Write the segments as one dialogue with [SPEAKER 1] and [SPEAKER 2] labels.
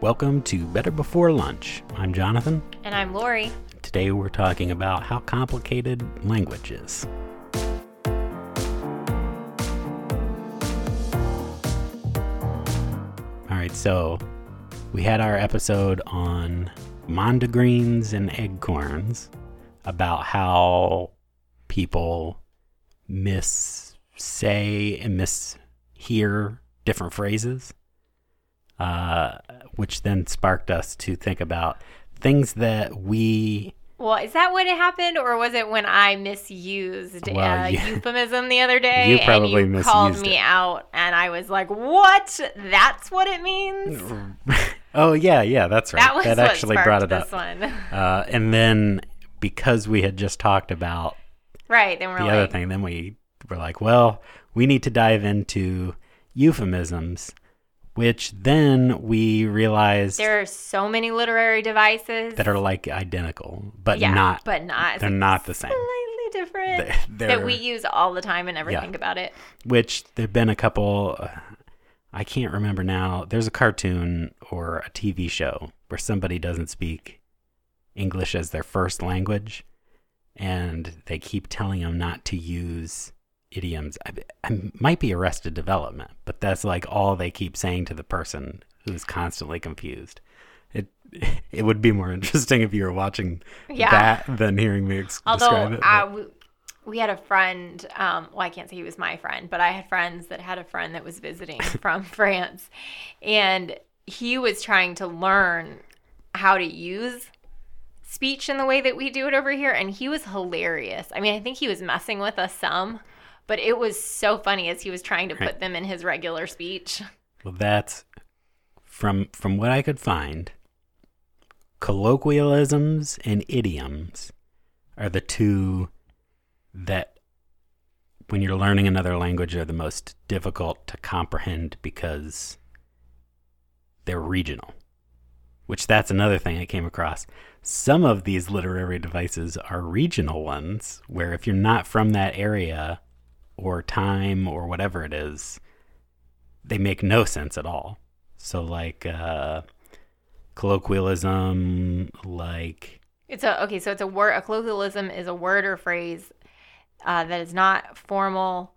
[SPEAKER 1] Welcome to Better Before Lunch. I'm Jonathan.
[SPEAKER 2] And I'm Lori.
[SPEAKER 1] Today we're talking about how complicated language is. All right, so we had our episode on mondegreens and eggcorns about how people miss say and mishear different phrases, uh, which then sparked us to think about things that we
[SPEAKER 2] Well, is that when it happened, or was it when I misused a
[SPEAKER 1] Well,
[SPEAKER 2] uh,
[SPEAKER 1] yeah.
[SPEAKER 2] euphemism the other day?
[SPEAKER 1] You probably
[SPEAKER 2] and you called
[SPEAKER 1] misused
[SPEAKER 2] me
[SPEAKER 1] it.
[SPEAKER 2] out, and I was like, "What? That's what it means."
[SPEAKER 1] oh yeah yeah that's right
[SPEAKER 2] That was what
[SPEAKER 1] actually
[SPEAKER 2] sparked
[SPEAKER 1] brought it
[SPEAKER 2] this
[SPEAKER 1] up
[SPEAKER 2] one,
[SPEAKER 1] uh, and then because we had just talked about
[SPEAKER 2] right? Then we're
[SPEAKER 1] the
[SPEAKER 2] like,
[SPEAKER 1] other thing then we were like well we need to dive into euphemisms which then we realized
[SPEAKER 2] "There are so many literary devices
[SPEAKER 1] that are like identical but
[SPEAKER 2] yeah,
[SPEAKER 1] not
[SPEAKER 2] but not
[SPEAKER 1] they're not the same
[SPEAKER 2] slightly different
[SPEAKER 1] They- they're,
[SPEAKER 2] that we use all the time and never
[SPEAKER 1] Yeah.
[SPEAKER 2] think about it."
[SPEAKER 1] which there've been a couple uh, I can't remember now. There's a cartoon or a TV show where somebody doesn't speak English as their first language and they keep telling them not to use idioms. I, I might be arrested development, but that's like all they keep saying to the person who's constantly confused. It it would be more interesting if you were watching
[SPEAKER 2] Yeah.
[SPEAKER 1] that than hearing me ex- describe
[SPEAKER 2] Although
[SPEAKER 1] it.
[SPEAKER 2] I,
[SPEAKER 1] but-
[SPEAKER 2] we- we had a friend, um, well, I can't say he was my friend, but I had friends that had a friend that was visiting from France, and he was trying to learn how to use speech in the way that we do it over here, and he was hilarious. I mean, I think he was messing with us some. But it was so funny as he was trying to
[SPEAKER 1] Right.
[SPEAKER 2] put them in his regular speech.
[SPEAKER 1] Well, that's from from what I could find. Colloquialisms and idioms are the two that, when you're learning another language, are the most difficult to comprehend because they're regional. Which that's another thing I came across. Some of these literary devices are regional ones, where if you're not from that area or time or whatever it is, they make no sense at all. So like uh, colloquialism, like
[SPEAKER 2] It's a okay, so it's a word. A colloquialism is a word or phrase uh, that is not formal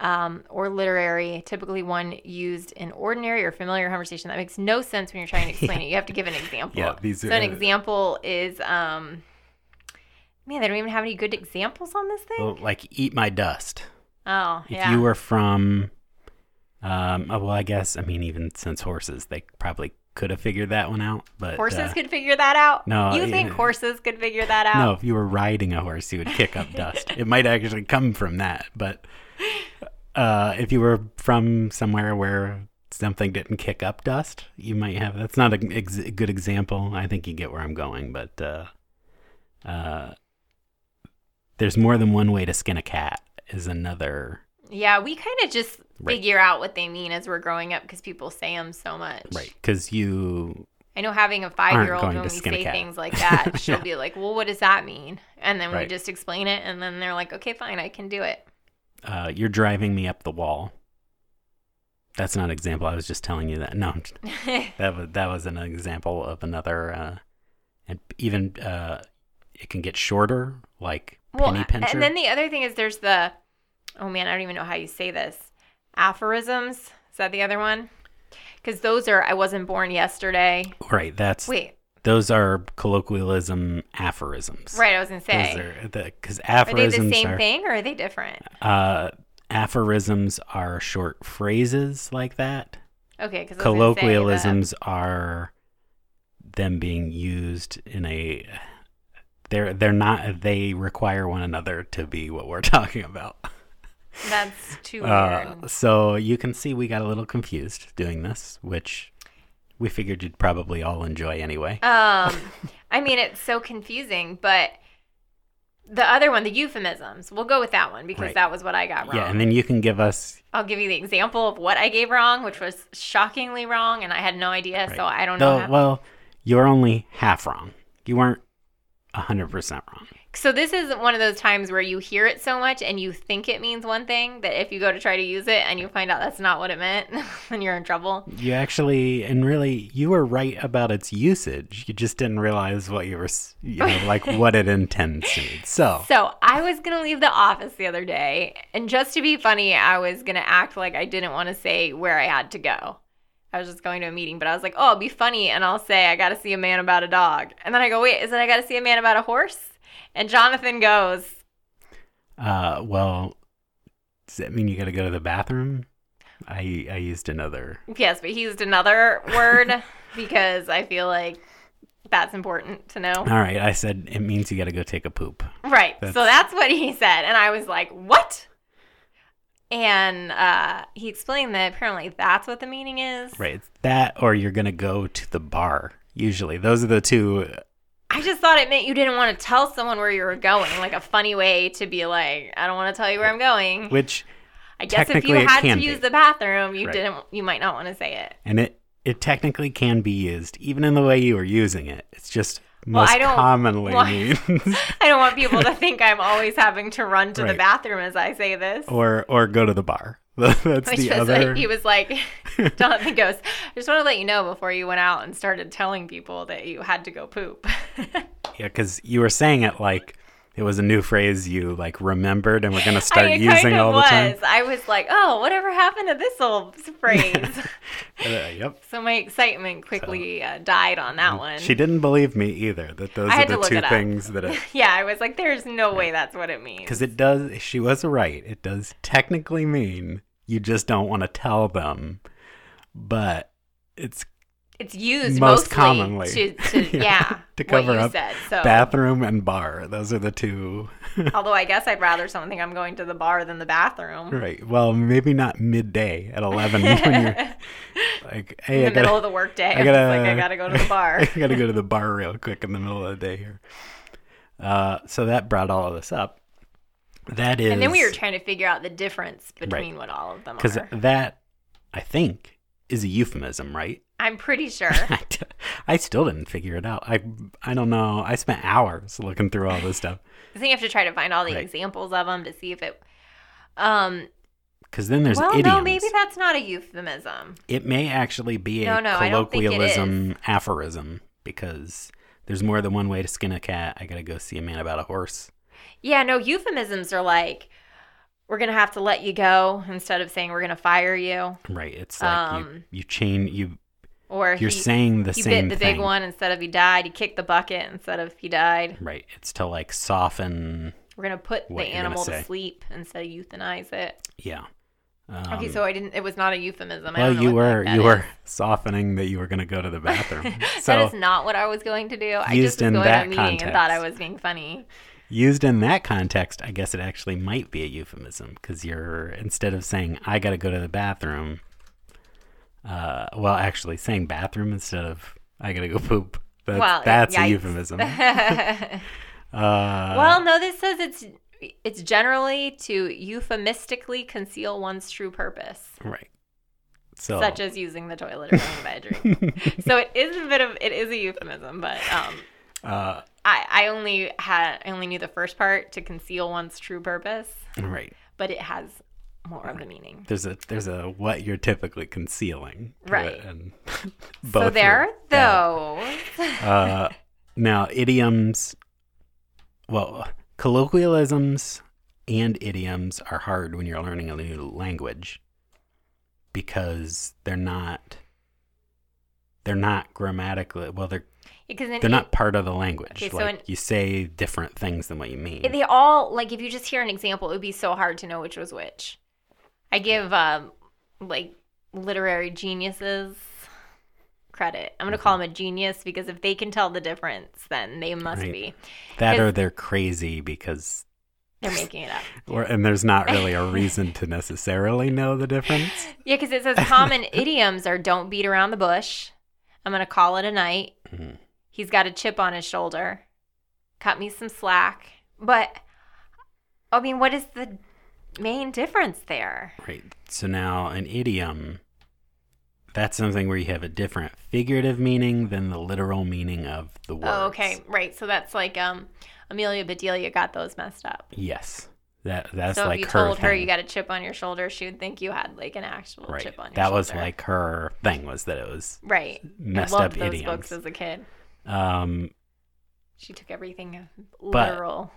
[SPEAKER 2] um, or literary. Typically, one used in ordinary or familiar conversation that makes no sense when you're trying to explain it. You have to give an example.
[SPEAKER 1] Yeah, these
[SPEAKER 2] so
[SPEAKER 1] are-
[SPEAKER 2] an example is, um, man, they don't even have any good examples on this thing.
[SPEAKER 1] well, like eat my dust.
[SPEAKER 2] oh,
[SPEAKER 1] If
[SPEAKER 2] yeah.
[SPEAKER 1] you were from, um, oh, well, I guess I mean even since horses, they probably could have figured that one out. But
[SPEAKER 2] horses
[SPEAKER 1] uh,
[SPEAKER 2] could figure that out.
[SPEAKER 1] no,
[SPEAKER 2] you think
[SPEAKER 1] yeah.
[SPEAKER 2] horses could figure that out?
[SPEAKER 1] no, if you were riding a horse, you would kick up dust. It might actually come from that, but uh, if you were from somewhere where something didn't kick up dust, you might have. That's not a ex- a good example. I think you get where I'm going, but uh, uh, there's more than one way to skin a cat. Is another
[SPEAKER 2] Yeah, we kind of just
[SPEAKER 1] Right.
[SPEAKER 2] figure out what they mean as we're growing up because people say them so much.
[SPEAKER 1] right because you
[SPEAKER 2] I know having a five year old
[SPEAKER 1] going
[SPEAKER 2] when
[SPEAKER 1] to
[SPEAKER 2] we
[SPEAKER 1] skin a
[SPEAKER 2] say
[SPEAKER 1] cat.
[SPEAKER 2] things like that, she'll
[SPEAKER 1] Yeah.
[SPEAKER 2] be like, Well, what does that mean? And then we
[SPEAKER 1] Right.
[SPEAKER 2] just explain it and then they're like, Okay, fine, I can do it.
[SPEAKER 1] uh, you're driving me up the wall. That's not an example. I was just telling you that. No, I'm that was that was an example of another uh and even uh it can get shorter like
[SPEAKER 2] well
[SPEAKER 1] penny pincher
[SPEAKER 2] and then the other thing is there's the oh man, I don't even know how you say this. Aphorisms. Is that the other one? Because those are I wasn't born yesterday.
[SPEAKER 1] right that's
[SPEAKER 2] Wait,
[SPEAKER 1] those are colloquialism aphorisms
[SPEAKER 2] right, I was gonna say
[SPEAKER 1] those are because
[SPEAKER 2] are they
[SPEAKER 1] aphorisms
[SPEAKER 2] the same
[SPEAKER 1] are
[SPEAKER 2] thing or are they different?
[SPEAKER 1] uh aphorisms are short phrases like that
[SPEAKER 2] Okay, because
[SPEAKER 1] colloquialisms
[SPEAKER 2] uh,
[SPEAKER 1] are them being used in a they're they're not they require one another to be what we're talking about
[SPEAKER 2] That's too weird.
[SPEAKER 1] Uh, so you can see we got a little confused doing this, which we figured you'd probably all enjoy anyway.
[SPEAKER 2] Um, I mean, it's so confusing, but the other one, the euphemisms, we'll go with that one because
[SPEAKER 1] Right.
[SPEAKER 2] that was what I got wrong.
[SPEAKER 1] yeah, and then you can give us.
[SPEAKER 2] I'll give you the example of what I gave wrong, which was shockingly wrong, and I had no idea, so I don't know.
[SPEAKER 1] Though,
[SPEAKER 2] how-
[SPEAKER 1] well, you're only half wrong. You weren't hundred percent wrong.
[SPEAKER 2] So this is one of those times where you hear it so much and you think it means one thing that if you go to try to use it and you find out that's not what it meant, then you're in trouble.
[SPEAKER 1] You actually, and really, you were right about its usage. You just didn't realize what you were, s- you know, like what it intends to mean. So,
[SPEAKER 2] So I was gonna leave the office the other day, and just to be funny, I was gonna act like I didn't want to say where I had to go. I was just going to a meeting, but I was like, "Oh, I'll be funny," and I'll say I gotta see a man about a dog, and then I go, "Wait, is it I gotta see a man about a horse?" And Jonathan goes,
[SPEAKER 1] uh, well, does that mean you got to go to the bathroom? I I used another.
[SPEAKER 2] "Yes," but he used another word because I feel like that's important to know.
[SPEAKER 1] All right, I said it means you got to go take a poop.
[SPEAKER 2] Right. so
[SPEAKER 1] That's-
[SPEAKER 2] that's what he said. And I was like, what? And uh, he explained that apparently that's what the meaning is.
[SPEAKER 1] Right, it's that or you're gonna go to the bar. Usually, those are the two.
[SPEAKER 2] I just thought it meant you didn't want to tell someone where you were going, like a funny way to be like, I don't want to tell you where I'm going.
[SPEAKER 1] Which
[SPEAKER 2] I guess if you
[SPEAKER 1] technically it
[SPEAKER 2] had to
[SPEAKER 1] can be.
[SPEAKER 2] use the bathroom, you
[SPEAKER 1] Right.
[SPEAKER 2] didn't. You might not want to say it.
[SPEAKER 1] and it it technically can be used even in the way you were using it. It's just
[SPEAKER 2] Well,
[SPEAKER 1] most
[SPEAKER 2] I don't
[SPEAKER 1] commonly
[SPEAKER 2] want-
[SPEAKER 1] means
[SPEAKER 2] I don't want people to think I'm always having to run to
[SPEAKER 1] Right.
[SPEAKER 2] the bathroom as I say this.
[SPEAKER 1] or or go to the bar. That's
[SPEAKER 2] Which
[SPEAKER 1] the
[SPEAKER 2] was
[SPEAKER 1] other.
[SPEAKER 2] like, he was like, Jonathan goes, I just want to let you know before you went out and started telling people that you had to go poop.
[SPEAKER 1] Yeah, because you were saying it like it was a new phrase you like remembered, and we're gonna start
[SPEAKER 2] I
[SPEAKER 1] using
[SPEAKER 2] kind of
[SPEAKER 1] all
[SPEAKER 2] was.
[SPEAKER 1] the time.
[SPEAKER 2] I was like, oh, whatever happened to this old phrase?
[SPEAKER 1] Uh, yep.
[SPEAKER 2] so my excitement quickly uh, died on that one.
[SPEAKER 1] She didn't believe me either. That those
[SPEAKER 2] I
[SPEAKER 1] are
[SPEAKER 2] had to
[SPEAKER 1] the
[SPEAKER 2] look
[SPEAKER 1] two
[SPEAKER 2] it up.
[SPEAKER 1] things that it
[SPEAKER 2] yeah, I was like, there's no way that's what it means.
[SPEAKER 1] because it does. She was right. It does technically mean you just don't want to tell them, but it's
[SPEAKER 2] It's used
[SPEAKER 1] most
[SPEAKER 2] mostly
[SPEAKER 1] commonly.
[SPEAKER 2] to, to
[SPEAKER 1] Yeah,
[SPEAKER 2] yeah,
[SPEAKER 1] to
[SPEAKER 2] what
[SPEAKER 1] cover
[SPEAKER 2] you
[SPEAKER 1] up
[SPEAKER 2] said. So,
[SPEAKER 1] bathroom and bar. Those are the two.
[SPEAKER 2] although I guess I'd rather someone think I'm going to the bar than the bathroom.
[SPEAKER 1] Right. Well, maybe not midday at eleven when you're like, hey,
[SPEAKER 2] in
[SPEAKER 1] I
[SPEAKER 2] the middle
[SPEAKER 1] gotta,
[SPEAKER 2] of the workday.
[SPEAKER 1] I
[SPEAKER 2] I
[SPEAKER 1] gotta,
[SPEAKER 2] like, I gotta go to the bar.
[SPEAKER 1] I gotta go to the bar real quick in the middle of the day here. Uh, so that brought all of this up. That is,
[SPEAKER 2] and then we were trying to figure out the difference between what all of them
[SPEAKER 1] because
[SPEAKER 2] are.
[SPEAKER 1] that I think is a euphemism, right?
[SPEAKER 2] I'm pretty sure.
[SPEAKER 1] I, d- I still didn't figure it out. I I don't know. I spent hours looking through all this stuff
[SPEAKER 2] so you have to try to find all the
[SPEAKER 1] Right.
[SPEAKER 2] examples of them to see if it. Um.
[SPEAKER 1] because then there's
[SPEAKER 2] well,
[SPEAKER 1] idioms.
[SPEAKER 2] no, maybe that's not a euphemism.
[SPEAKER 1] It may actually be a
[SPEAKER 2] No, no, I don't think it
[SPEAKER 1] colloquialism aphorism because there's more than one way to skin a cat. I gotta go see a man about a horse.
[SPEAKER 2] Yeah, no, euphemisms are like we're gonna have to let you go instead of saying we're gonna fire you,
[SPEAKER 1] Right. It's like
[SPEAKER 2] Um,
[SPEAKER 1] you, you chain you
[SPEAKER 2] or
[SPEAKER 1] you're
[SPEAKER 2] he,
[SPEAKER 1] saying the
[SPEAKER 2] he
[SPEAKER 1] same
[SPEAKER 2] bit the
[SPEAKER 1] thing.
[SPEAKER 2] big one instead of he died. He kicked the bucket instead of he died.
[SPEAKER 1] Right. It's to like soften
[SPEAKER 2] We're gonna put
[SPEAKER 1] What
[SPEAKER 2] the
[SPEAKER 1] you're gonna
[SPEAKER 2] animal
[SPEAKER 1] say.
[SPEAKER 2] to sleep instead of euthanize it.
[SPEAKER 1] yeah.
[SPEAKER 2] okay,
[SPEAKER 1] Um,
[SPEAKER 2] so I didn't. It was not a euphemism. I
[SPEAKER 1] well,
[SPEAKER 2] don't know
[SPEAKER 1] you
[SPEAKER 2] what the heck
[SPEAKER 1] were
[SPEAKER 2] that
[SPEAKER 1] you
[SPEAKER 2] is.
[SPEAKER 1] were softening that you were going to go to the bathroom.
[SPEAKER 2] that
[SPEAKER 1] so
[SPEAKER 2] is not what I was going to do. I
[SPEAKER 1] used
[SPEAKER 2] just was
[SPEAKER 1] in
[SPEAKER 2] going to
[SPEAKER 1] that
[SPEAKER 2] a meeting and thought I
[SPEAKER 1] context.
[SPEAKER 2] was being funny.
[SPEAKER 1] used in that context, I guess it actually might be a euphemism because you're instead of saying I got to go to the bathroom, uh, well, actually saying bathroom instead of I got to go poop. That's,
[SPEAKER 2] Well,
[SPEAKER 1] that's a
[SPEAKER 2] yikes.
[SPEAKER 1] euphemism. uh,
[SPEAKER 2] well, no, this says it's it's generally to euphemistically conceal one's true purpose,
[SPEAKER 1] right. So
[SPEAKER 2] such as using the toilet or going by a drink. so it is a bit of it is a euphemism, but um,
[SPEAKER 1] uh,
[SPEAKER 2] I I only had I only knew the first part to conceal one's true purpose,
[SPEAKER 1] right.
[SPEAKER 2] but it has more of the meaning.
[SPEAKER 1] There's a there's a what you're typically concealing. to it,
[SPEAKER 2] Right.
[SPEAKER 1] And
[SPEAKER 2] So
[SPEAKER 1] both
[SPEAKER 2] there
[SPEAKER 1] are bad.
[SPEAKER 2] are those.
[SPEAKER 1] Uh, now, idioms, well, colloquialisms and idioms are hard when you're learning a new language because they're not they're not grammatically well they're
[SPEAKER 2] Because an
[SPEAKER 1] they're not part of the language
[SPEAKER 2] Okay, so
[SPEAKER 1] like
[SPEAKER 2] an-
[SPEAKER 1] you say different things than what you mean
[SPEAKER 2] they all like if you just hear an example it would be so hard to know which was which i give um like literary geniuses credit i'm going to call
[SPEAKER 1] Mm-hmm.
[SPEAKER 2] them a genius because if they can tell the difference then they must
[SPEAKER 1] Right.
[SPEAKER 2] be
[SPEAKER 1] that or
[SPEAKER 2] 'cause-
[SPEAKER 1] they're crazy because
[SPEAKER 2] they're making it up
[SPEAKER 1] or and there's not really a reason to necessarily know the difference
[SPEAKER 2] yeah because it says common idioms are don't beat around the bush i'm going to call it a night
[SPEAKER 1] Mhm.
[SPEAKER 2] he's got a chip on his shoulder cut me some slack but i mean what is the main difference there
[SPEAKER 1] Right. So now an idiom that's something where you have a different figurative meaning than the literal meaning of the words.
[SPEAKER 2] Oh, okay, right. So that's like um, Amelia Bedelia got those messed up.
[SPEAKER 1] Yes. That that's
[SPEAKER 2] so
[SPEAKER 1] like
[SPEAKER 2] if you
[SPEAKER 1] her
[SPEAKER 2] told her
[SPEAKER 1] thing.
[SPEAKER 2] you got a chip on your shoulder, she would think you had like an actual
[SPEAKER 1] right.
[SPEAKER 2] chip on your
[SPEAKER 1] that
[SPEAKER 2] shoulder.
[SPEAKER 1] was like her thing was that it was
[SPEAKER 2] right.
[SPEAKER 1] messed
[SPEAKER 2] I
[SPEAKER 1] up
[SPEAKER 2] loved those
[SPEAKER 1] idioms.
[SPEAKER 2] books as a kid.
[SPEAKER 1] Um
[SPEAKER 2] She took everything
[SPEAKER 1] But-
[SPEAKER 2] literal.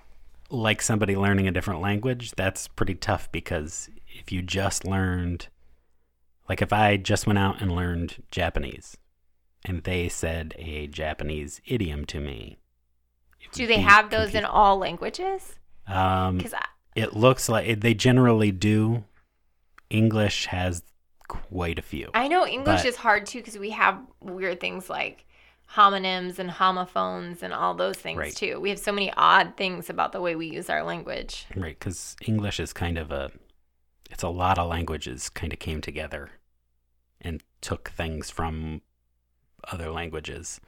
[SPEAKER 1] like somebody learning a different language, that's pretty tough because if you just learned, like if I just went out and learned Japanese and they said a Japanese idiom to me. it
[SPEAKER 2] Do
[SPEAKER 1] would
[SPEAKER 2] they
[SPEAKER 1] be
[SPEAKER 2] have those in
[SPEAKER 1] confusing.
[SPEAKER 2] all languages?
[SPEAKER 1] Um,
[SPEAKER 2] Because
[SPEAKER 1] it looks like it, they generally do. English has quite a few.
[SPEAKER 2] I know English
[SPEAKER 1] But-
[SPEAKER 2] is hard too because we have weird things like homonyms and homophones and all those things
[SPEAKER 1] Right.
[SPEAKER 2] too. We have so many odd things about the way we use our language.
[SPEAKER 1] Right, because English is kind of a, it's a lot of languages kind of came together and took things from other languages.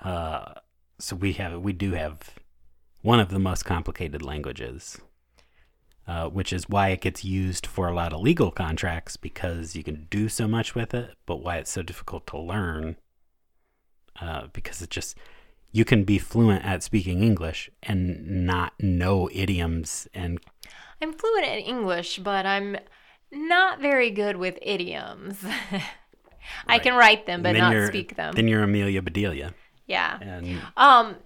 [SPEAKER 1] Uh, so we have, we do have one of the most complicated languages, uh, which is why it gets used for a lot of legal contracts because you can do so much with it, but why it's so difficult to learn uh, because it just you can be fluent at speaking English and not know idioms and
[SPEAKER 2] I'm fluent in English, but I'm not very good with idioms. I
[SPEAKER 1] Right.
[SPEAKER 2] can write them, but
[SPEAKER 1] then
[SPEAKER 2] not
[SPEAKER 1] you're-
[SPEAKER 2] speak them.
[SPEAKER 1] Then you're Amelia Bedelia,
[SPEAKER 2] yeah.
[SPEAKER 1] and
[SPEAKER 2] Um,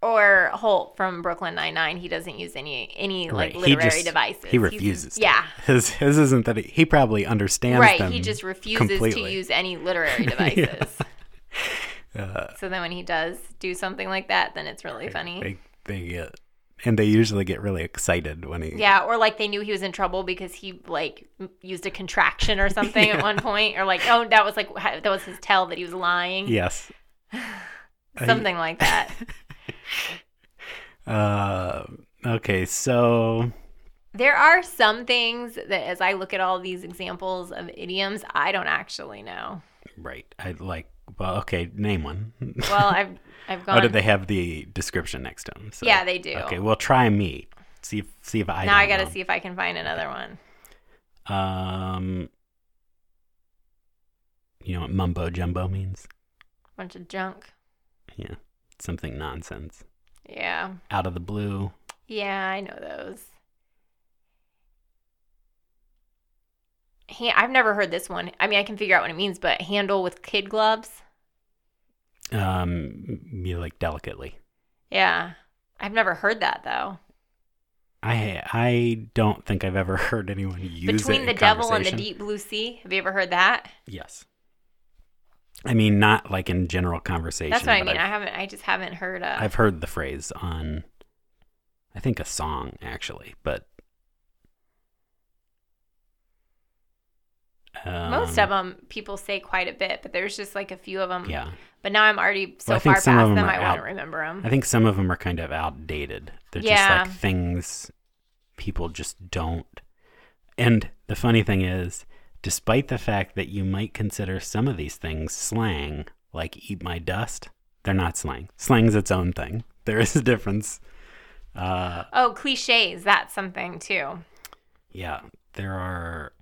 [SPEAKER 2] or Holt from Brooklyn Nine Nine. He doesn't use any any like
[SPEAKER 1] right, he
[SPEAKER 2] literary
[SPEAKER 1] just,
[SPEAKER 2] devices.
[SPEAKER 1] He
[SPEAKER 2] He's-
[SPEAKER 1] refuses. to.
[SPEAKER 2] yeah.
[SPEAKER 1] his his isn't that he, he probably understands.
[SPEAKER 2] Right,
[SPEAKER 1] them.
[SPEAKER 2] he just refuses to
[SPEAKER 1] completely.
[SPEAKER 2] use any literary devices.
[SPEAKER 1] Uh,
[SPEAKER 2] so then when he does do something like that, then it's really funny.
[SPEAKER 1] They, they get and they usually get really excited when he.
[SPEAKER 2] yeah, or like they knew he was in trouble because he like m- used a contraction or something at one point, or like oh that was like ha- that was his tell that he was lying,
[SPEAKER 1] Yes.
[SPEAKER 2] something like that.
[SPEAKER 1] Uh, okay, so
[SPEAKER 2] There are some things that as I look at all these examples of idioms, I don't actually know.
[SPEAKER 1] right, I like. Well, okay, name one.
[SPEAKER 2] Well, I've I've gone.
[SPEAKER 1] oh, did they have the description next to them? So-
[SPEAKER 2] yeah, they do.
[SPEAKER 1] Okay, well, try me. See if see if I.
[SPEAKER 2] now I
[SPEAKER 1] don't
[SPEAKER 2] got
[SPEAKER 1] know.
[SPEAKER 2] to see if I can find another one.
[SPEAKER 1] Um, you know what mumbo jumbo means?
[SPEAKER 2] Bunch of junk.
[SPEAKER 1] Yeah, something nonsense
[SPEAKER 2] Yeah.
[SPEAKER 1] out of the blue.
[SPEAKER 2] Yeah, I know those. He, I've never heard this one. I mean, I can figure out what it means, but handle with kid gloves.
[SPEAKER 1] Um, you know, like delicately.
[SPEAKER 2] Yeah, I've never heard that though.
[SPEAKER 1] I I don't think I've ever heard anyone use it
[SPEAKER 2] Between
[SPEAKER 1] in
[SPEAKER 2] the devil and the
[SPEAKER 1] conversation.
[SPEAKER 2] deep blue sea. Have you ever heard that?
[SPEAKER 1] Yes. I mean, not like in general conversation.
[SPEAKER 2] That's what I
[SPEAKER 1] but
[SPEAKER 2] mean. I
[SPEAKER 1] I've,
[SPEAKER 2] haven't. I just haven't heard. Uh,
[SPEAKER 1] I've heard the phrase on, I think a song actually, but um,
[SPEAKER 2] most of them people say quite a bit, but there's just like a few of them.
[SPEAKER 1] Yeah.
[SPEAKER 2] But now I'm already so
[SPEAKER 1] Well, I think
[SPEAKER 2] far past
[SPEAKER 1] some of
[SPEAKER 2] them,
[SPEAKER 1] 'em
[SPEAKER 2] I
[SPEAKER 1] are
[SPEAKER 2] wouldn't
[SPEAKER 1] out.
[SPEAKER 2] remember them.
[SPEAKER 1] I think some of them are kind of outdated. They're
[SPEAKER 2] Yeah.
[SPEAKER 1] just like things people just don't. And the funny thing is, despite the fact that you might consider some of these things slang, like eat my dust, they're not slang. Slang's its own thing. There is a difference. Uh,
[SPEAKER 2] oh, cliches. That's something too.
[SPEAKER 1] yeah, there are.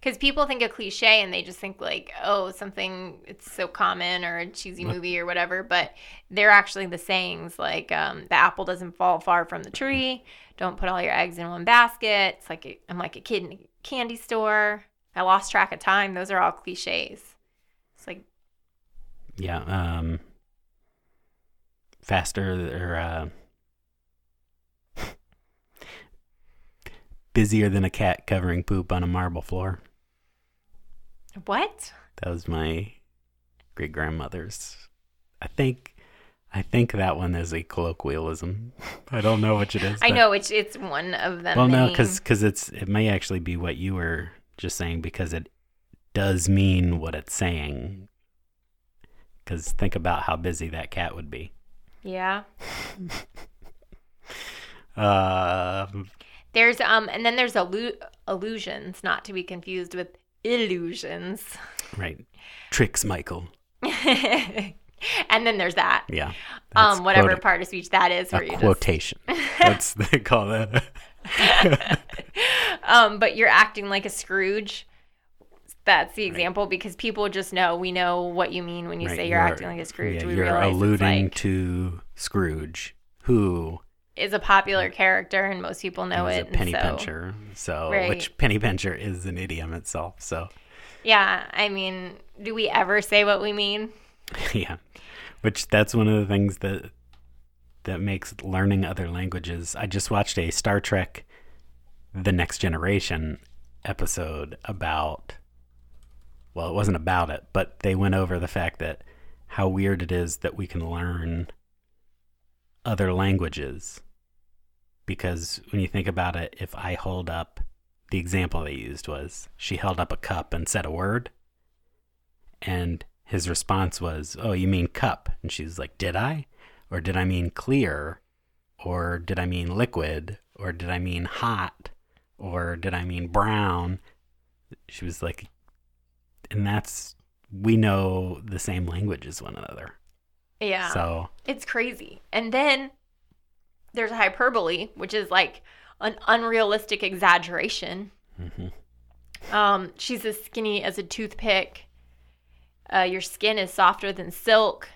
[SPEAKER 2] Because people think a cliche and they just think like, oh, something it's so common or a cheesy movie or whatever. But they're actually the sayings like, um, the apple doesn't fall far from the
[SPEAKER 1] Mm-hmm.
[SPEAKER 2] tree. Don't put all your eggs in one basket. It's like a, I'm like a kid in a candy store. I lost track of time. Those are all cliches. It's like
[SPEAKER 1] Yeah. Um, faster or uh, busier than a cat covering poop on a marble floor.
[SPEAKER 2] what?
[SPEAKER 1] That was my great grandmother's. I think, I think that one is a colloquialism. I don't know which it is.
[SPEAKER 2] I
[SPEAKER 1] but-
[SPEAKER 2] know it's it's one of them.
[SPEAKER 1] Well, no,
[SPEAKER 2] many.
[SPEAKER 1] because it's it may actually be what you were just saying because it does mean what it's saying. Because think about how busy that cat would be.
[SPEAKER 2] yeah.
[SPEAKER 1] Uh,
[SPEAKER 2] There's um, and then there's allu- illusions, not to be confused with illusions.
[SPEAKER 1] right. Tricks, Michael.
[SPEAKER 2] and then there's that.
[SPEAKER 1] Yeah. That's
[SPEAKER 2] um, whatever
[SPEAKER 1] quoted.
[SPEAKER 2] part of speech that is. Where
[SPEAKER 1] a
[SPEAKER 2] you just,
[SPEAKER 1] quotation. That's they call that.
[SPEAKER 2] um, but you're acting like a Scrooge. that's the example because people just know we know what you mean when you
[SPEAKER 1] Right,
[SPEAKER 2] say you're, acting like a Scrooge.
[SPEAKER 1] yeah,
[SPEAKER 2] we
[SPEAKER 1] you're
[SPEAKER 2] realize
[SPEAKER 1] alluding
[SPEAKER 2] it's like,
[SPEAKER 1] to Scrooge, who
[SPEAKER 2] is a popular character and most people know
[SPEAKER 1] is
[SPEAKER 2] it.
[SPEAKER 1] a
[SPEAKER 2] and
[SPEAKER 1] penny
[SPEAKER 2] so,
[SPEAKER 1] pincher. So, which
[SPEAKER 2] Right.
[SPEAKER 1] penny pincher is an idiom itself. So,
[SPEAKER 2] Yeah, I mean, do we ever say what we mean?
[SPEAKER 1] yeah, which that's one of the things that that makes learning other languages. I just watched a Star Trek: The Next Generation episode about. Well, it wasn't about it, but they went over the fact that how weird it is that we can learn other languages. Because when you think about it, if I hold up the example they used was she held up a cup and said a word, and his response was, Oh, you mean cup? And she's like, Did I? Or did I mean clear? Or did I mean liquid? Or did I mean hot? Or did I mean brown? She was like, And that's, we know the same language as one another.
[SPEAKER 2] Yeah.
[SPEAKER 1] So,
[SPEAKER 2] It's crazy. And then there's hyperbole, which is like an unrealistic exaggeration.
[SPEAKER 1] mhm.
[SPEAKER 2] Um, she's as skinny as a toothpick. Uh, your skin is softer than silk.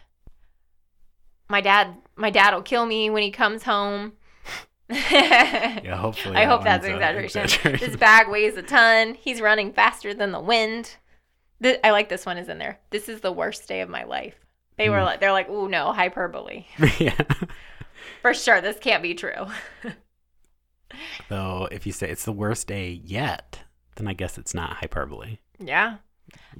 [SPEAKER 2] My dad, my dad will kill me when he comes home.
[SPEAKER 1] yeah, hopefully.
[SPEAKER 2] I
[SPEAKER 1] that
[SPEAKER 2] hope that's an
[SPEAKER 1] one's, uh,
[SPEAKER 2] exaggeration.
[SPEAKER 1] exaggerated.
[SPEAKER 2] This bag weighs a ton. He's running faster than the wind. Th- I like this one is in there. This is the worst day of my life. They were
[SPEAKER 1] Hmm.
[SPEAKER 2] like, they're like, ooh no, hyperbole.
[SPEAKER 1] yeah.
[SPEAKER 2] For sure, this can't be true.
[SPEAKER 1] Though, if you say it's the worst day yet, then I guess it's not hyperbole.
[SPEAKER 2] Yeah.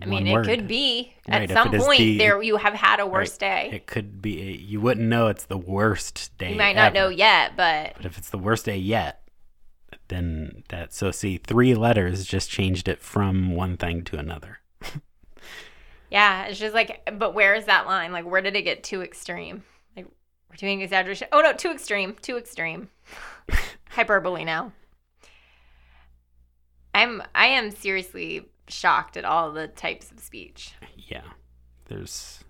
[SPEAKER 2] I mean,
[SPEAKER 1] One
[SPEAKER 2] it
[SPEAKER 1] word.
[SPEAKER 2] could be
[SPEAKER 1] Right, if
[SPEAKER 2] at some
[SPEAKER 1] it is
[SPEAKER 2] point
[SPEAKER 1] the-
[SPEAKER 2] there you have had a worse day.
[SPEAKER 1] It could be. You wouldn't know it's the worst day.
[SPEAKER 2] You might not know
[SPEAKER 1] ever.
[SPEAKER 2] yet, but
[SPEAKER 1] But if it's the worst day yet, then that. So see, three letters just changed it from one thing to another.
[SPEAKER 2] yeah, it's just like, but where is that line? Like, where did it get too extreme? Like, we're doing exaggeration. Oh, no, too extreme, too extreme. Hyperbole now. I'm, I am seriously shocked at all the types of speech.
[SPEAKER 1] Yeah, there's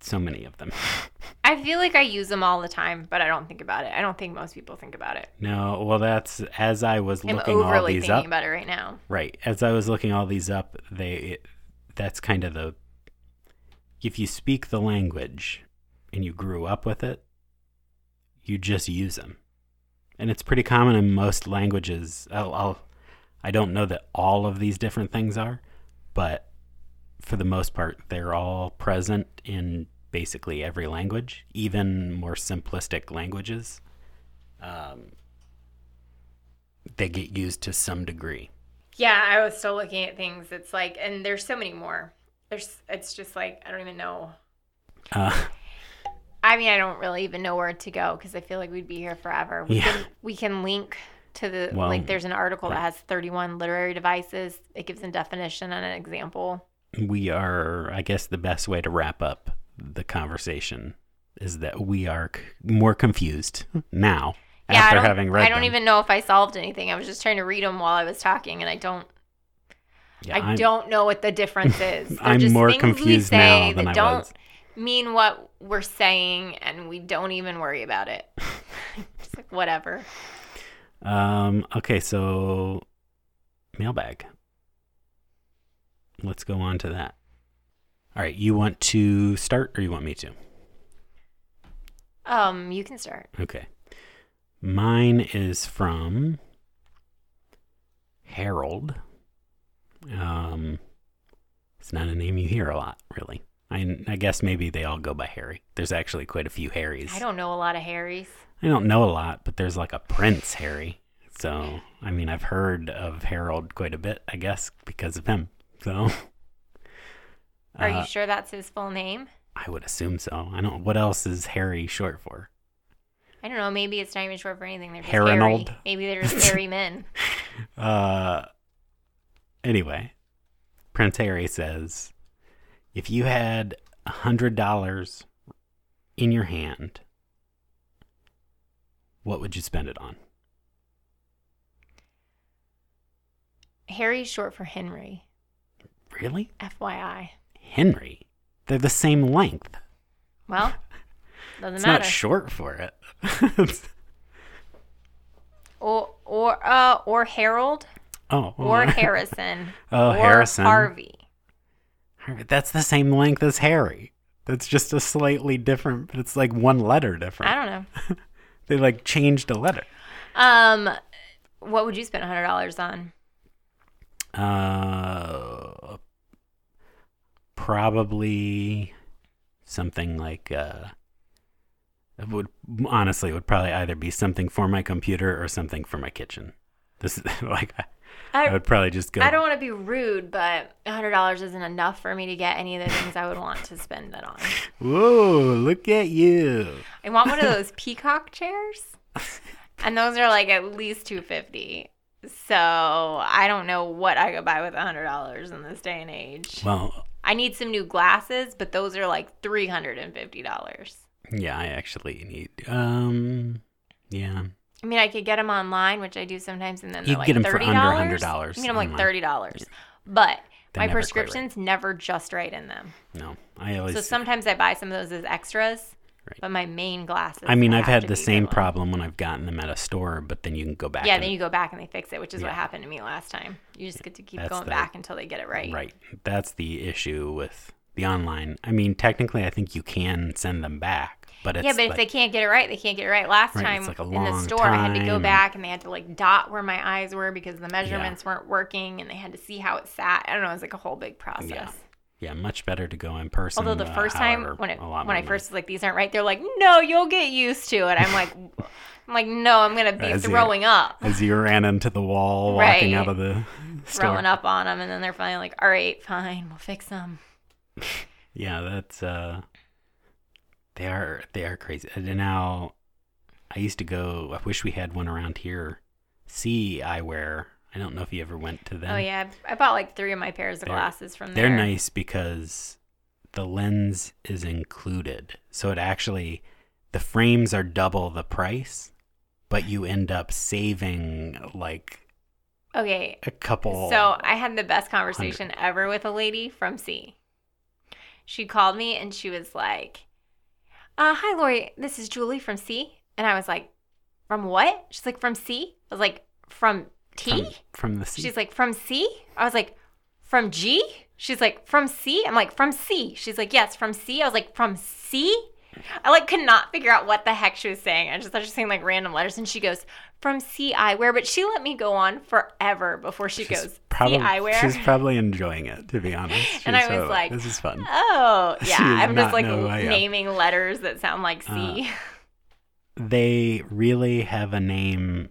[SPEAKER 1] so many of them.
[SPEAKER 2] I feel like I use them all the time, but I don't think about it. I don't think most people think about it.
[SPEAKER 1] No, well, that's as I was
[SPEAKER 2] I'm
[SPEAKER 1] looking all
[SPEAKER 2] overly
[SPEAKER 1] these
[SPEAKER 2] thinking
[SPEAKER 1] up.
[SPEAKER 2] about it right now.
[SPEAKER 1] Right. As I was looking all these up, they it, that's kind of the if you speak the language and you grew up with it, you just use them. And it's pretty common in most languages. I'll, I'll I don't know that all of these different things are, but for the most part, they're all present in basically every language, even more simplistic languages. Um, they get used to some degree.
[SPEAKER 2] Yeah, I was still looking at things. It's like, and there's so many more. There's, it's just like I don't even know.
[SPEAKER 1] Uh,
[SPEAKER 2] I mean, I don't really even know where to go because I feel like we'd be here forever. We
[SPEAKER 1] Yeah.
[SPEAKER 2] can we can link to the
[SPEAKER 1] Well,
[SPEAKER 2] like. There's an article
[SPEAKER 1] right.
[SPEAKER 2] that has 31 literary devices. It gives a definition and an example.
[SPEAKER 1] we are, I guess, the best way to wrap up the conversation is that we are c- more confused now
[SPEAKER 2] Hmm. yeah, I
[SPEAKER 1] after
[SPEAKER 2] don't,
[SPEAKER 1] having read
[SPEAKER 2] I don't
[SPEAKER 1] them.
[SPEAKER 2] even know if I solved anything. I was just trying to read them while I was talking, and I don't.
[SPEAKER 1] Yeah,
[SPEAKER 2] I
[SPEAKER 1] I'm-
[SPEAKER 2] don't know what the difference is. They're
[SPEAKER 1] I'm
[SPEAKER 2] just
[SPEAKER 1] more
[SPEAKER 2] things we
[SPEAKER 1] confused
[SPEAKER 2] say
[SPEAKER 1] now than
[SPEAKER 2] that
[SPEAKER 1] I
[SPEAKER 2] don't
[SPEAKER 1] was.
[SPEAKER 2] mean what we're saying, and we don't even worry about it. just like whatever.
[SPEAKER 1] Um, okay, so mailbag. Let's go on to that. All right, you want to start or you want me to?
[SPEAKER 2] Um, you can start.
[SPEAKER 1] Okay. Mine is from Harold. Um, it's not a name you hear a lot, really. I, I guess maybe they all go by Harry. There's actually quite a few Harrys.
[SPEAKER 2] I don't know a lot of Harrys.
[SPEAKER 1] I don't know a lot, but there's like a Prince Harry. So, I mean, I've heard of Harold quite a bit, I guess, because of him. So,
[SPEAKER 2] Are
[SPEAKER 1] uh,
[SPEAKER 2] you sure that's his full name?
[SPEAKER 1] I would assume so. I don't. What else is Harry short for?
[SPEAKER 2] I don't know. Maybe it's not even short for anything. They're just
[SPEAKER 1] Harinold.
[SPEAKER 2] Harry. Maybe they're just hairy men.
[SPEAKER 1] Uh, anyway, Prince Harry says, if you had a hundred dollars in your hand, what would you spend it on?
[SPEAKER 2] Harry's short for Henry.
[SPEAKER 1] Really,
[SPEAKER 2] FYI.
[SPEAKER 1] Henry? They're the same length.
[SPEAKER 2] Well, doesn't
[SPEAKER 1] It's
[SPEAKER 2] matter.
[SPEAKER 1] not short for it. It's-
[SPEAKER 2] or or uh or Harold.
[SPEAKER 1] Oh, well,
[SPEAKER 2] or Harrison
[SPEAKER 1] Oh,
[SPEAKER 2] or
[SPEAKER 1] Harrison.
[SPEAKER 2] Harvey.
[SPEAKER 1] Harvey- That's the same length as Harry. That's just a slightly different, but it's like one letter
[SPEAKER 2] I
[SPEAKER 1] different.
[SPEAKER 2] don't know.
[SPEAKER 1] They like changed a letter.
[SPEAKER 2] Um, what would you spend hundred dollars on?
[SPEAKER 1] Uh, probably something like uh, it would honestly it would probably either be something for my computer or something for my kitchen. This is like I,
[SPEAKER 2] I,
[SPEAKER 1] I would probably just go.
[SPEAKER 2] I don't want to be rude, but hundred dollars isn't enough for me to get any of the things I would want to spend that on.
[SPEAKER 1] Whoa! Look at you.
[SPEAKER 2] I want one of those peacock chairs, and those are like at least two fifty. So I don't know what I could buy with hundred dollars in this day and age.
[SPEAKER 1] Well,
[SPEAKER 2] I need some new glasses, but those are like three hundred and fifty dollars.
[SPEAKER 1] yeah, I actually need. Um, yeah.
[SPEAKER 2] I mean, I could get them online, which I do sometimes, and then
[SPEAKER 1] You
[SPEAKER 2] they're
[SPEAKER 1] can
[SPEAKER 2] like
[SPEAKER 1] get 'em
[SPEAKER 2] $30.
[SPEAKER 1] for under $100
[SPEAKER 2] I mean, I'm like
[SPEAKER 1] online.
[SPEAKER 2] thirty dollars, but
[SPEAKER 1] They're never quite
[SPEAKER 2] my
[SPEAKER 1] right.
[SPEAKER 2] prescriptions never just right in them.
[SPEAKER 1] No, I always.
[SPEAKER 2] So sometimes I buy some of those as extras,
[SPEAKER 1] Right.
[SPEAKER 2] but my main glasses.
[SPEAKER 1] I mean, I've
[SPEAKER 2] have
[SPEAKER 1] had
[SPEAKER 2] to
[SPEAKER 1] the
[SPEAKER 2] be
[SPEAKER 1] same
[SPEAKER 2] good ones.
[SPEAKER 1] problem when I've gotten them at a store, but then you can go back.
[SPEAKER 2] Yeah,
[SPEAKER 1] and-
[SPEAKER 2] then you go back and they fix it, which is what
[SPEAKER 1] Yeah.
[SPEAKER 2] happened to me last time. You just get to keep
[SPEAKER 1] That's
[SPEAKER 2] going
[SPEAKER 1] the-
[SPEAKER 2] back until they get it right.
[SPEAKER 1] Right. That's the issue with the online. I mean, technically, I think you can send them back, but it's
[SPEAKER 2] yeah, but if
[SPEAKER 1] like,
[SPEAKER 2] they can't get it right, they can't get it right. Last
[SPEAKER 1] Right,
[SPEAKER 2] time
[SPEAKER 1] it's like a
[SPEAKER 2] in the
[SPEAKER 1] long
[SPEAKER 2] store, I had to
[SPEAKER 1] time
[SPEAKER 2] go
[SPEAKER 1] and-
[SPEAKER 2] back and they had to like dot where my eyes were because the measurements weren't working and they had to see how it sat. I don't know, it was like a whole big process.
[SPEAKER 1] yeah, much better to go in person.
[SPEAKER 2] Although the
[SPEAKER 1] uh,
[SPEAKER 2] first
[SPEAKER 1] however,
[SPEAKER 2] time when it,
[SPEAKER 1] a lot
[SPEAKER 2] when
[SPEAKER 1] more
[SPEAKER 2] I
[SPEAKER 1] money.
[SPEAKER 2] first was like these aren't right, they're like, "No, you'll get used to it." I'm like I'm like, "No, I'm going to be
[SPEAKER 1] As you-
[SPEAKER 2] throwing up."
[SPEAKER 1] as you ran into the wall walking out
[SPEAKER 2] Right.
[SPEAKER 1] of the store.
[SPEAKER 2] throwing up on them and then they're finally like all right fine we'll fix them
[SPEAKER 1] Yeah, that's uh they are they are crazy. And now I used to go I wish we had one around here. See eyewear. I don't know if you ever went to them.
[SPEAKER 2] oh yeah i bought like three of my pairs of
[SPEAKER 1] They're-
[SPEAKER 2] glasses from there
[SPEAKER 1] They're nice because the lens is included. So it actually the frames are double the price, but you end up saving like
[SPEAKER 2] okay
[SPEAKER 1] a couple
[SPEAKER 2] so i had the best conversation ever with a lady from c she called me and she was like uh, hi lori this is julie from c and i was like from what she's like from c i was like from t
[SPEAKER 1] from, from the
[SPEAKER 2] She's like, from C? I was like, from G? She's like, from C? I'm like, from C. She's like, yes, from C. I was like, from C? I like could not figure out what the heck she was saying. I just thought she was saying like random letters, and she goes from C eyewear, but she let me go on forever before she goes
[SPEAKER 1] probably,
[SPEAKER 2] C eyewear.
[SPEAKER 1] She's probably enjoying it, to be honest. She's
[SPEAKER 2] And I was
[SPEAKER 1] probably
[SPEAKER 2] like,
[SPEAKER 1] this is fun.
[SPEAKER 2] oh
[SPEAKER 1] She
[SPEAKER 2] yeah,
[SPEAKER 1] does
[SPEAKER 2] I'm just
[SPEAKER 1] not
[SPEAKER 2] like
[SPEAKER 1] know who I uh, am.
[SPEAKER 2] naming letters that sound like C.
[SPEAKER 1] they really have a name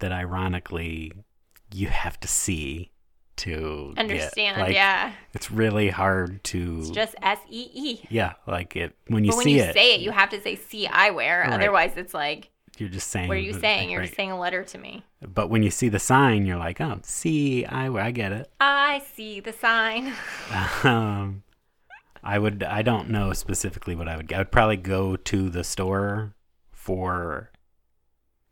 [SPEAKER 1] that ironically you have to see to get.
[SPEAKER 2] Understand?
[SPEAKER 1] Like,
[SPEAKER 2] yeah,
[SPEAKER 1] It's really hard to
[SPEAKER 2] it's just S E E.
[SPEAKER 1] yeah, like it when you
[SPEAKER 2] But when
[SPEAKER 1] see
[SPEAKER 2] you
[SPEAKER 1] it,
[SPEAKER 2] say it, you have to say C eyewear.
[SPEAKER 1] Right.
[SPEAKER 2] Otherwise, it's like,
[SPEAKER 1] you're just saying.
[SPEAKER 2] what are you
[SPEAKER 1] the-
[SPEAKER 2] saying? You're
[SPEAKER 1] right.
[SPEAKER 2] just saying a letter to me.
[SPEAKER 1] But when you see the sign, you're like, oh, see, I, I get it.
[SPEAKER 2] I see the sign.
[SPEAKER 1] Um, I would. I don't know specifically what I would. I would probably go to the store for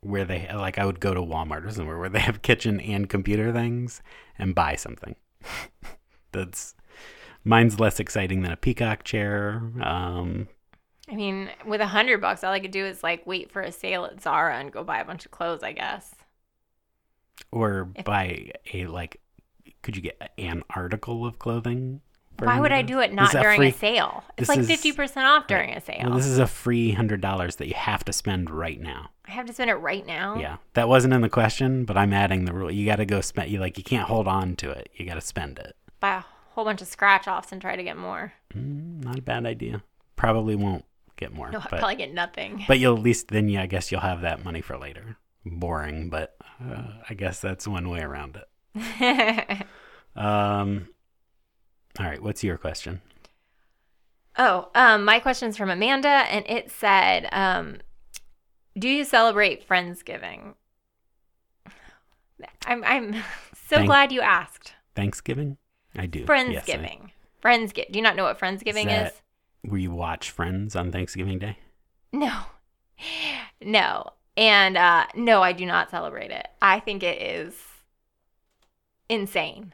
[SPEAKER 1] where they like. I would go to Walmart or somewhere where they have kitchen and computer things and buy something. That's mine's less exciting than a peacock chair. Um,
[SPEAKER 2] I mean, with a hundred bucks, all I could do is like wait for a sale at Zara and go buy a bunch of clothes. I guess.
[SPEAKER 1] or
[SPEAKER 2] If-
[SPEAKER 1] buy a like. Could you get an article of clothing? for
[SPEAKER 2] Why would I
[SPEAKER 1] $100?
[SPEAKER 2] do it
[SPEAKER 1] This
[SPEAKER 2] not
[SPEAKER 1] is a
[SPEAKER 2] during
[SPEAKER 1] free-
[SPEAKER 2] a sale? It's
[SPEAKER 1] this
[SPEAKER 2] like
[SPEAKER 1] is-
[SPEAKER 2] fifty percent off during a sale.
[SPEAKER 1] Well, this is a free hundred dollars that you have to spend right now.
[SPEAKER 2] I have to spend it right now.
[SPEAKER 1] Yeah, that wasn't in the question, but I'm adding the rule. You got to go spend. You like you can't hold on to it. You got to spend it.
[SPEAKER 2] Buy a whole bunch of scratch offs and try to get more.
[SPEAKER 1] Mm, not a bad idea. Probably won't get more,
[SPEAKER 2] No, I
[SPEAKER 1] but
[SPEAKER 2] probably get nothing.
[SPEAKER 1] but you'll at least then yeah, I guess you'll have that money for later. Boring, but uh, I guess that's one way around it. Um, all right, what's your question?
[SPEAKER 2] oh, um, my question's from Amanda, and it said, um, "Do you celebrate Friendsgiving?" I'm I'm so
[SPEAKER 1] Thank-
[SPEAKER 2] glad you asked.
[SPEAKER 1] Thanksgiving? I do. Yes, I-
[SPEAKER 2] Friendsgiving. Friends Friendsgiving. Do you not know what Friendsgiving
[SPEAKER 1] that-
[SPEAKER 2] is?
[SPEAKER 1] Will you watch Friends on Thanksgiving Day?
[SPEAKER 2] No. No. And uh, no, I do not celebrate it. I think it is insane.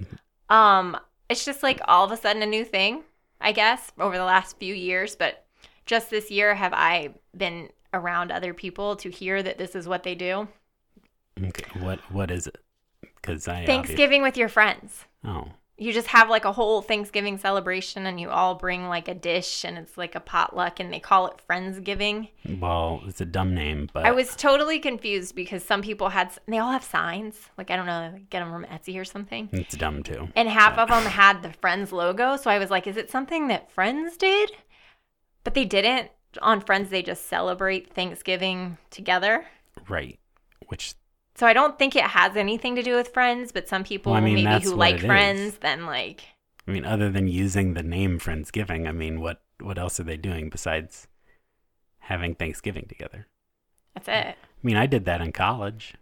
[SPEAKER 1] Mm-hmm.
[SPEAKER 2] Um, it's just like all of a sudden a new thing, I guess, over the last few years. But just this year have I been around other people to hear that this is what they do.
[SPEAKER 1] Okay, what what is it? Because I obvious-
[SPEAKER 2] Thanksgiving with your friends.
[SPEAKER 1] oh
[SPEAKER 2] You just have like a whole Thanksgiving celebration and you all bring like a dish and it's like a potluck and they call it Friendsgiving.
[SPEAKER 1] well, it's a dumb name, but
[SPEAKER 2] I was totally confused because some people had, s- they all have signs. Like, I don't know, get them from Etsy or something.
[SPEAKER 1] it's dumb too.
[SPEAKER 2] And half of them had the Friends logo. So I was like, is it something that Friends did? But they didn't. On Friends, they just celebrate Thanksgiving together.
[SPEAKER 1] Right. Which
[SPEAKER 2] So I don't think it has anything to do with Friends, but some people
[SPEAKER 1] Well, I mean,
[SPEAKER 2] maybe
[SPEAKER 1] that's
[SPEAKER 2] who
[SPEAKER 1] what
[SPEAKER 2] like
[SPEAKER 1] it is.
[SPEAKER 2] Friends, then like,
[SPEAKER 1] I mean, other than using the name Friendsgiving, I mean, what what else are they doing besides having Thanksgiving together?
[SPEAKER 2] that's it.
[SPEAKER 1] I mean, I did that in college.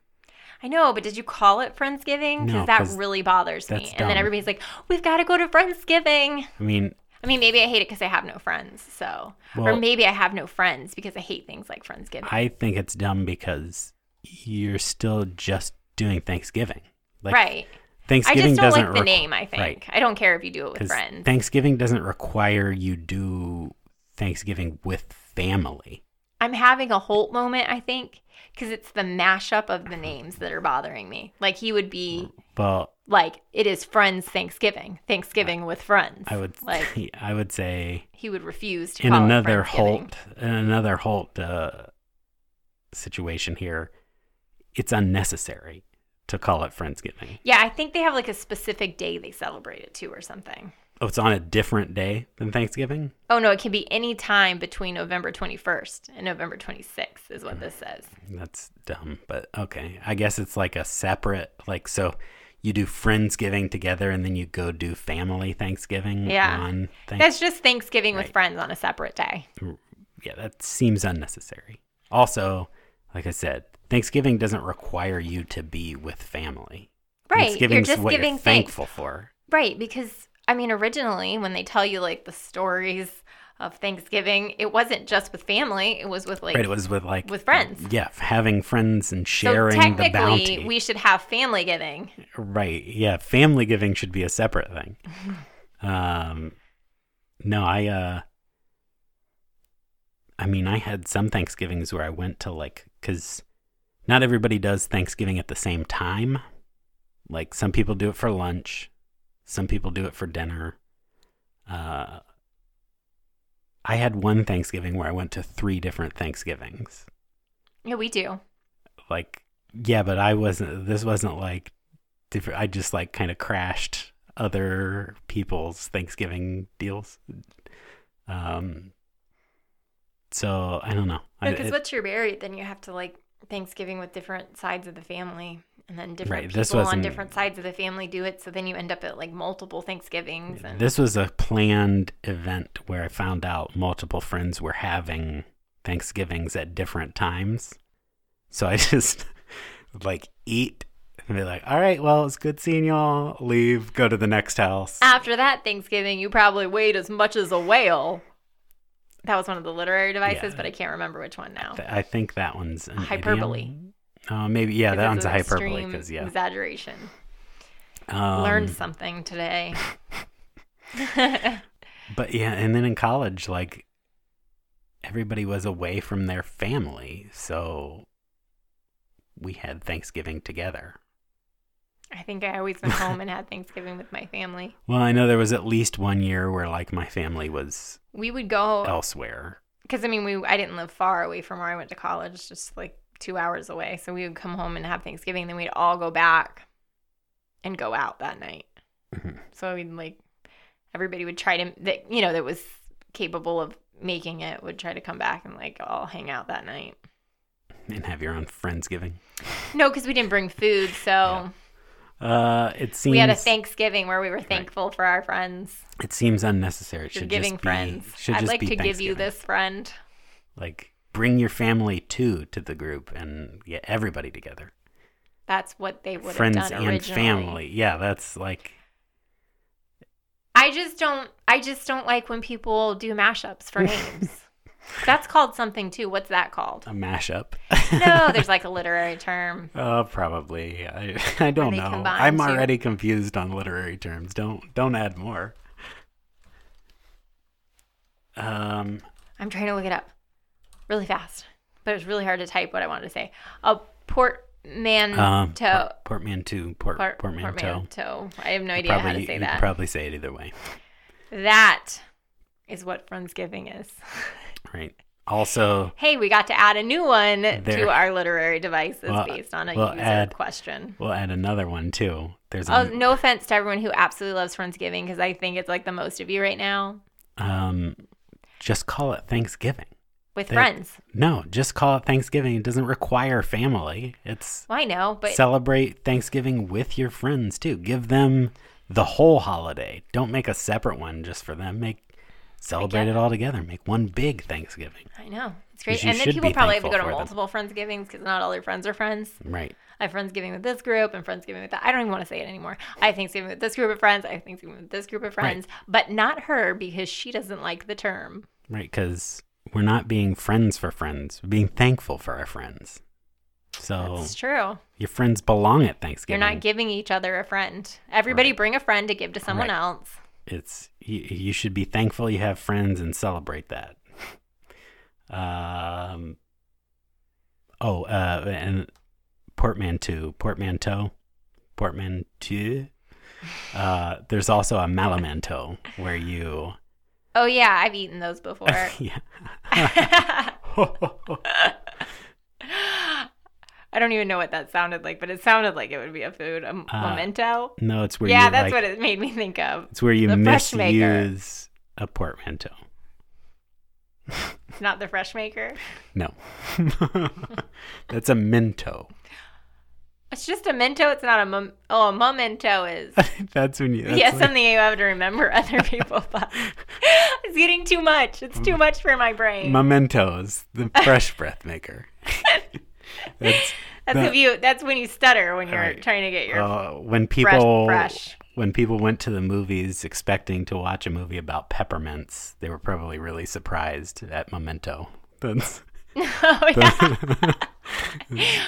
[SPEAKER 2] I know, but did you call it Friendsgiving? Because
[SPEAKER 1] No,
[SPEAKER 2] that
[SPEAKER 1] 'cause
[SPEAKER 2] really bothers me.
[SPEAKER 1] that's
[SPEAKER 2] And then
[SPEAKER 1] dumb.
[SPEAKER 2] everybody's like, we've got to go to Friendsgiving.
[SPEAKER 1] I mean,
[SPEAKER 2] I mean, maybe I hate it because I have no friends. So, or
[SPEAKER 1] Well-
[SPEAKER 2] maybe I have no friends because I hate things like Friendsgiving.
[SPEAKER 1] I think it's dumb because you're still just doing Thanksgiving. Like
[SPEAKER 2] right. I
[SPEAKER 1] Thanksgiving
[SPEAKER 2] just don't
[SPEAKER 1] doesn't
[SPEAKER 2] like the
[SPEAKER 1] requ-
[SPEAKER 2] name, I think.
[SPEAKER 1] Right.
[SPEAKER 2] I don't care if you do it with
[SPEAKER 1] 'Cause
[SPEAKER 2] friends.
[SPEAKER 1] Thanksgiving doesn't require you do Thanksgiving with family.
[SPEAKER 2] I'm having a Holt moment, I think, because it's the mashup of the names that are bothering me. Like, he would be
[SPEAKER 1] Mm. But
[SPEAKER 2] like, it is Friends Thanksgiving, Thanksgiving with friends.
[SPEAKER 1] I would
[SPEAKER 2] like,
[SPEAKER 1] I would say
[SPEAKER 2] he would refuse to
[SPEAKER 1] in
[SPEAKER 2] call it
[SPEAKER 1] another
[SPEAKER 2] Friendsgiving.
[SPEAKER 1] Holt in another Holt uh, situation here, it's unnecessary to call it Friendsgiving.
[SPEAKER 2] Yeah, I think they have like a specific day they celebrate it to or something.
[SPEAKER 1] Oh, it's on a different day than Thanksgiving.
[SPEAKER 2] Oh no, it can be any time between November 21st and November 26th is what this
[SPEAKER 1] Mm.
[SPEAKER 2] says.
[SPEAKER 1] That's dumb, but okay. I guess it's like a separate like so you do Friendsgiving together and then you go do family Thanksgiving
[SPEAKER 2] Yeah.
[SPEAKER 1] on Thanksgiving.
[SPEAKER 2] That's just Thanksgiving with
[SPEAKER 1] Right.
[SPEAKER 2] friends on a separate day.
[SPEAKER 1] yeah, that seems unnecessary. Also, like I said, Thanksgiving doesn't require you to be with family.
[SPEAKER 2] Right. You're
[SPEAKER 1] Thanksgiving's
[SPEAKER 2] just
[SPEAKER 1] what
[SPEAKER 2] giving
[SPEAKER 1] you're
[SPEAKER 2] thanks.
[SPEAKER 1] thankful for.
[SPEAKER 2] Right, because I mean originally when they tell you like the stories of Thanksgiving, it wasn't just with family, it was with like
[SPEAKER 1] right, it was with like
[SPEAKER 2] with friends.
[SPEAKER 1] Yeah, f- having friends and
[SPEAKER 2] so
[SPEAKER 1] sharing the
[SPEAKER 2] technically
[SPEAKER 1] bounty.
[SPEAKER 2] we should have family giving.
[SPEAKER 1] right. Yeah, family giving should be a separate thing. um no, I uh I mean, I had some Thanksgivings where I went to like cuz not everybody does Thanksgiving at the same time. Like some people do it for lunch, some people do it for dinner. Uh I had one Thanksgiving where I went to three different Thanksgivings.
[SPEAKER 2] Yeah, we do.
[SPEAKER 1] like yeah but i wasn't this wasn't like different i just like kind of crashed other people's thanksgiving deals um so i don't know I,
[SPEAKER 2] Because
[SPEAKER 1] it-
[SPEAKER 2] once you're married, then you have to like Thanksgiving with different sides of the family, and then different
[SPEAKER 1] Right,
[SPEAKER 2] people
[SPEAKER 1] this
[SPEAKER 2] on
[SPEAKER 1] wasn't-
[SPEAKER 2] different sides of the family do it. So then you end up at like multiple Thanksgivings. And
[SPEAKER 1] this was a planned event where i found out multiple friends were having thanksgivings at different times so i just like eat and be like all right well it's good seeing y'all leave go to the next house
[SPEAKER 2] after that Thanksgiving, you probably weighed as much as a whale. That was one of the literary devices,
[SPEAKER 1] Yeah.
[SPEAKER 2] but I can't remember which one now.
[SPEAKER 1] Th- I think that one's an
[SPEAKER 2] Hyperbole.
[SPEAKER 1] idiom. Uh, maybe yeah, that
[SPEAKER 2] Because
[SPEAKER 1] one's
[SPEAKER 2] it's
[SPEAKER 1] a
[SPEAKER 2] an
[SPEAKER 1] hyperbole
[SPEAKER 2] extreme
[SPEAKER 1] because yeah.
[SPEAKER 2] exaggeration.
[SPEAKER 1] Um,
[SPEAKER 2] Learned something today.
[SPEAKER 1] But yeah, and then in college, like everybody was away from their family, so we had Thanksgiving together.
[SPEAKER 2] I think I always went home and had Thanksgiving with my family.
[SPEAKER 1] Well, I know there was at least one year where like my family was
[SPEAKER 2] We would go
[SPEAKER 1] elsewhere.
[SPEAKER 2] because I mean, we I didn't live far away from where I went to college, just like two hours away. So we would come home and have Thanksgiving, then we'd all go back and go out that night.
[SPEAKER 1] Mhm.
[SPEAKER 2] So I mean, like everybody would try to that you know that was capable of making it would try to come back and like all hang out that night.
[SPEAKER 1] And have your own friendsgiving.
[SPEAKER 2] No, because we didn't bring food, so
[SPEAKER 1] Uh, it seems
[SPEAKER 2] we had a Thanksgiving where we were thankful for our friends.
[SPEAKER 1] it seems unnecessary. It
[SPEAKER 2] You're
[SPEAKER 1] should
[SPEAKER 2] giving
[SPEAKER 1] just be,
[SPEAKER 2] friends.
[SPEAKER 1] Should
[SPEAKER 2] I'd
[SPEAKER 1] just
[SPEAKER 2] like
[SPEAKER 1] be
[SPEAKER 2] to give you
[SPEAKER 1] Thanksgiving.
[SPEAKER 2] this friend.
[SPEAKER 1] Like bring your family too to the group and get everybody together.
[SPEAKER 2] That's what they would
[SPEAKER 1] friends
[SPEAKER 2] have done
[SPEAKER 1] and
[SPEAKER 2] originally.
[SPEAKER 1] family. Yeah, that's like
[SPEAKER 2] I just don't. I just don't like when people do mashups for names. That's called something too. What's that called?
[SPEAKER 1] a mashup.
[SPEAKER 2] No, there's like a literary term.
[SPEAKER 1] Uh, probably. I, I don't
[SPEAKER 2] they
[SPEAKER 1] know.
[SPEAKER 2] combined
[SPEAKER 1] I'm
[SPEAKER 2] too.
[SPEAKER 1] already confused on literary terms. Don't don't add more. Um,
[SPEAKER 2] I'm trying to look it up really fast, but it was really hard to type what I wanted to say. A port Mm.
[SPEAKER 1] Um, port-
[SPEAKER 2] portmanteau.
[SPEAKER 1] portmanteau. Port,
[SPEAKER 2] Part-
[SPEAKER 1] portmanteau.
[SPEAKER 2] portmanteau. I have no idea
[SPEAKER 1] probably,
[SPEAKER 2] how to
[SPEAKER 1] you
[SPEAKER 2] say
[SPEAKER 1] could
[SPEAKER 2] that.
[SPEAKER 1] probably say it either way,
[SPEAKER 2] that is what Friendsgiving is.
[SPEAKER 1] right? Also,
[SPEAKER 2] hey, we got to add a new one
[SPEAKER 1] There-
[SPEAKER 2] to our literary devices
[SPEAKER 1] Well,
[SPEAKER 2] based on a
[SPEAKER 1] well,
[SPEAKER 2] user
[SPEAKER 1] add-
[SPEAKER 2] question.
[SPEAKER 1] we'll add another one too. There's
[SPEAKER 2] Oh,
[SPEAKER 1] a,
[SPEAKER 2] no offense to everyone who absolutely loves Friendsgiving because I think it's like the most of you right now
[SPEAKER 1] um, just call it Thanksgiving.
[SPEAKER 2] with
[SPEAKER 1] That-
[SPEAKER 2] friends.
[SPEAKER 1] No, just call it Thanksgiving. It doesn't require family. It's
[SPEAKER 2] Well, I know, but
[SPEAKER 1] celebrate Thanksgiving with your friends too. Give them the whole holiday. Don't make a separate one just for them. Make celebrate
[SPEAKER 2] get
[SPEAKER 1] it all together. Make one big Thanksgiving.
[SPEAKER 2] I know. It's
[SPEAKER 1] 'Cause
[SPEAKER 2] great.
[SPEAKER 1] you
[SPEAKER 2] And then
[SPEAKER 1] should
[SPEAKER 2] people
[SPEAKER 1] be
[SPEAKER 2] probably have to
[SPEAKER 1] thankful
[SPEAKER 2] go to
[SPEAKER 1] for them.
[SPEAKER 2] multiple Friendsgivings because not all their friends are friends.
[SPEAKER 1] Right.
[SPEAKER 2] I have Friendsgiving with this group and Friendsgiving with that. I don't even want to say it anymore. I have Thanksgiving with this group of friends. I have Thanksgiving with this group of friends, but not her because she doesn't like the term.
[SPEAKER 1] Right, cuz we're not being friends for friends. We're being thankful for our friends. So
[SPEAKER 2] That's true.
[SPEAKER 1] your friends belong at
[SPEAKER 2] You're
[SPEAKER 1] Thanksgiving.
[SPEAKER 2] not giving each other a friend. Everybody bring a friend to give to someone
[SPEAKER 1] Right.
[SPEAKER 2] else.
[SPEAKER 1] it's you, you should be thankful you have friends and celebrate that. Um. Oh, uh, and portmanteau, portmanteau, portmanteau. Uh, there's also a malamanteau where you,
[SPEAKER 2] Oh yeah, I've eaten those before.
[SPEAKER 1] yeah.
[SPEAKER 2] I don't even know what that sounded like, but it sounded like it would be a food, a m-
[SPEAKER 1] Uh,
[SPEAKER 2] memento.
[SPEAKER 1] no, it's where
[SPEAKER 2] Yeah,
[SPEAKER 1] you
[SPEAKER 2] that's
[SPEAKER 1] like,
[SPEAKER 2] what it made me think of.
[SPEAKER 1] it's where you
[SPEAKER 2] the fresh maker.
[SPEAKER 1] misuse a portmanteau.
[SPEAKER 2] It's not the fresh maker.
[SPEAKER 1] No, that's a minto.
[SPEAKER 2] It's just a mento. It's not a mom- oh a memento is.
[SPEAKER 1] that's when you. That's
[SPEAKER 2] yeah,
[SPEAKER 1] when-
[SPEAKER 2] something you have to remember other people. But it's getting too much. It's
[SPEAKER 1] Mm.
[SPEAKER 2] too much for my brain.
[SPEAKER 1] Mementos, the fresh breath maker. That's,
[SPEAKER 2] that's
[SPEAKER 1] that-
[SPEAKER 2] if you. That's when you stutter when you're
[SPEAKER 1] Right.
[SPEAKER 2] trying to get your
[SPEAKER 1] uh, when people
[SPEAKER 2] fresh.
[SPEAKER 1] when people went to the movies expecting to watch a movie about peppermints, they were probably really surprised at Memento. That's
[SPEAKER 2] Oh, yeah.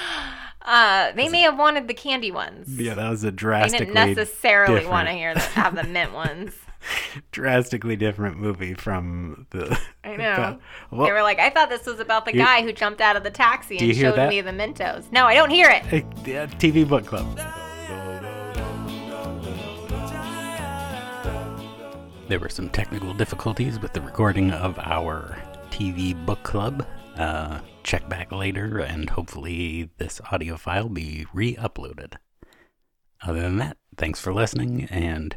[SPEAKER 2] uh, they may have wanted the candy ones.
[SPEAKER 1] yeah, that was a
[SPEAKER 2] I didn't
[SPEAKER 1] drastically
[SPEAKER 2] necessarily want to
[SPEAKER 1] different.
[SPEAKER 2] hear the, have the mint ones.
[SPEAKER 1] drastically different movie from the.
[SPEAKER 2] I know.
[SPEAKER 1] well,
[SPEAKER 2] they were like, I thought this was about the
[SPEAKER 1] You-
[SPEAKER 2] guy who jumped out of the taxi
[SPEAKER 1] you
[SPEAKER 2] and
[SPEAKER 1] hear
[SPEAKER 2] showed
[SPEAKER 1] that?
[SPEAKER 2] me the Mentos. No, I don't hear it.
[SPEAKER 1] eh, yeah, TV book club. There were some technical difficulties with the recording of our TV book club. Uh, check back later, and hopefully, this audio file be re uploaded. Other than that, thanks for listening, and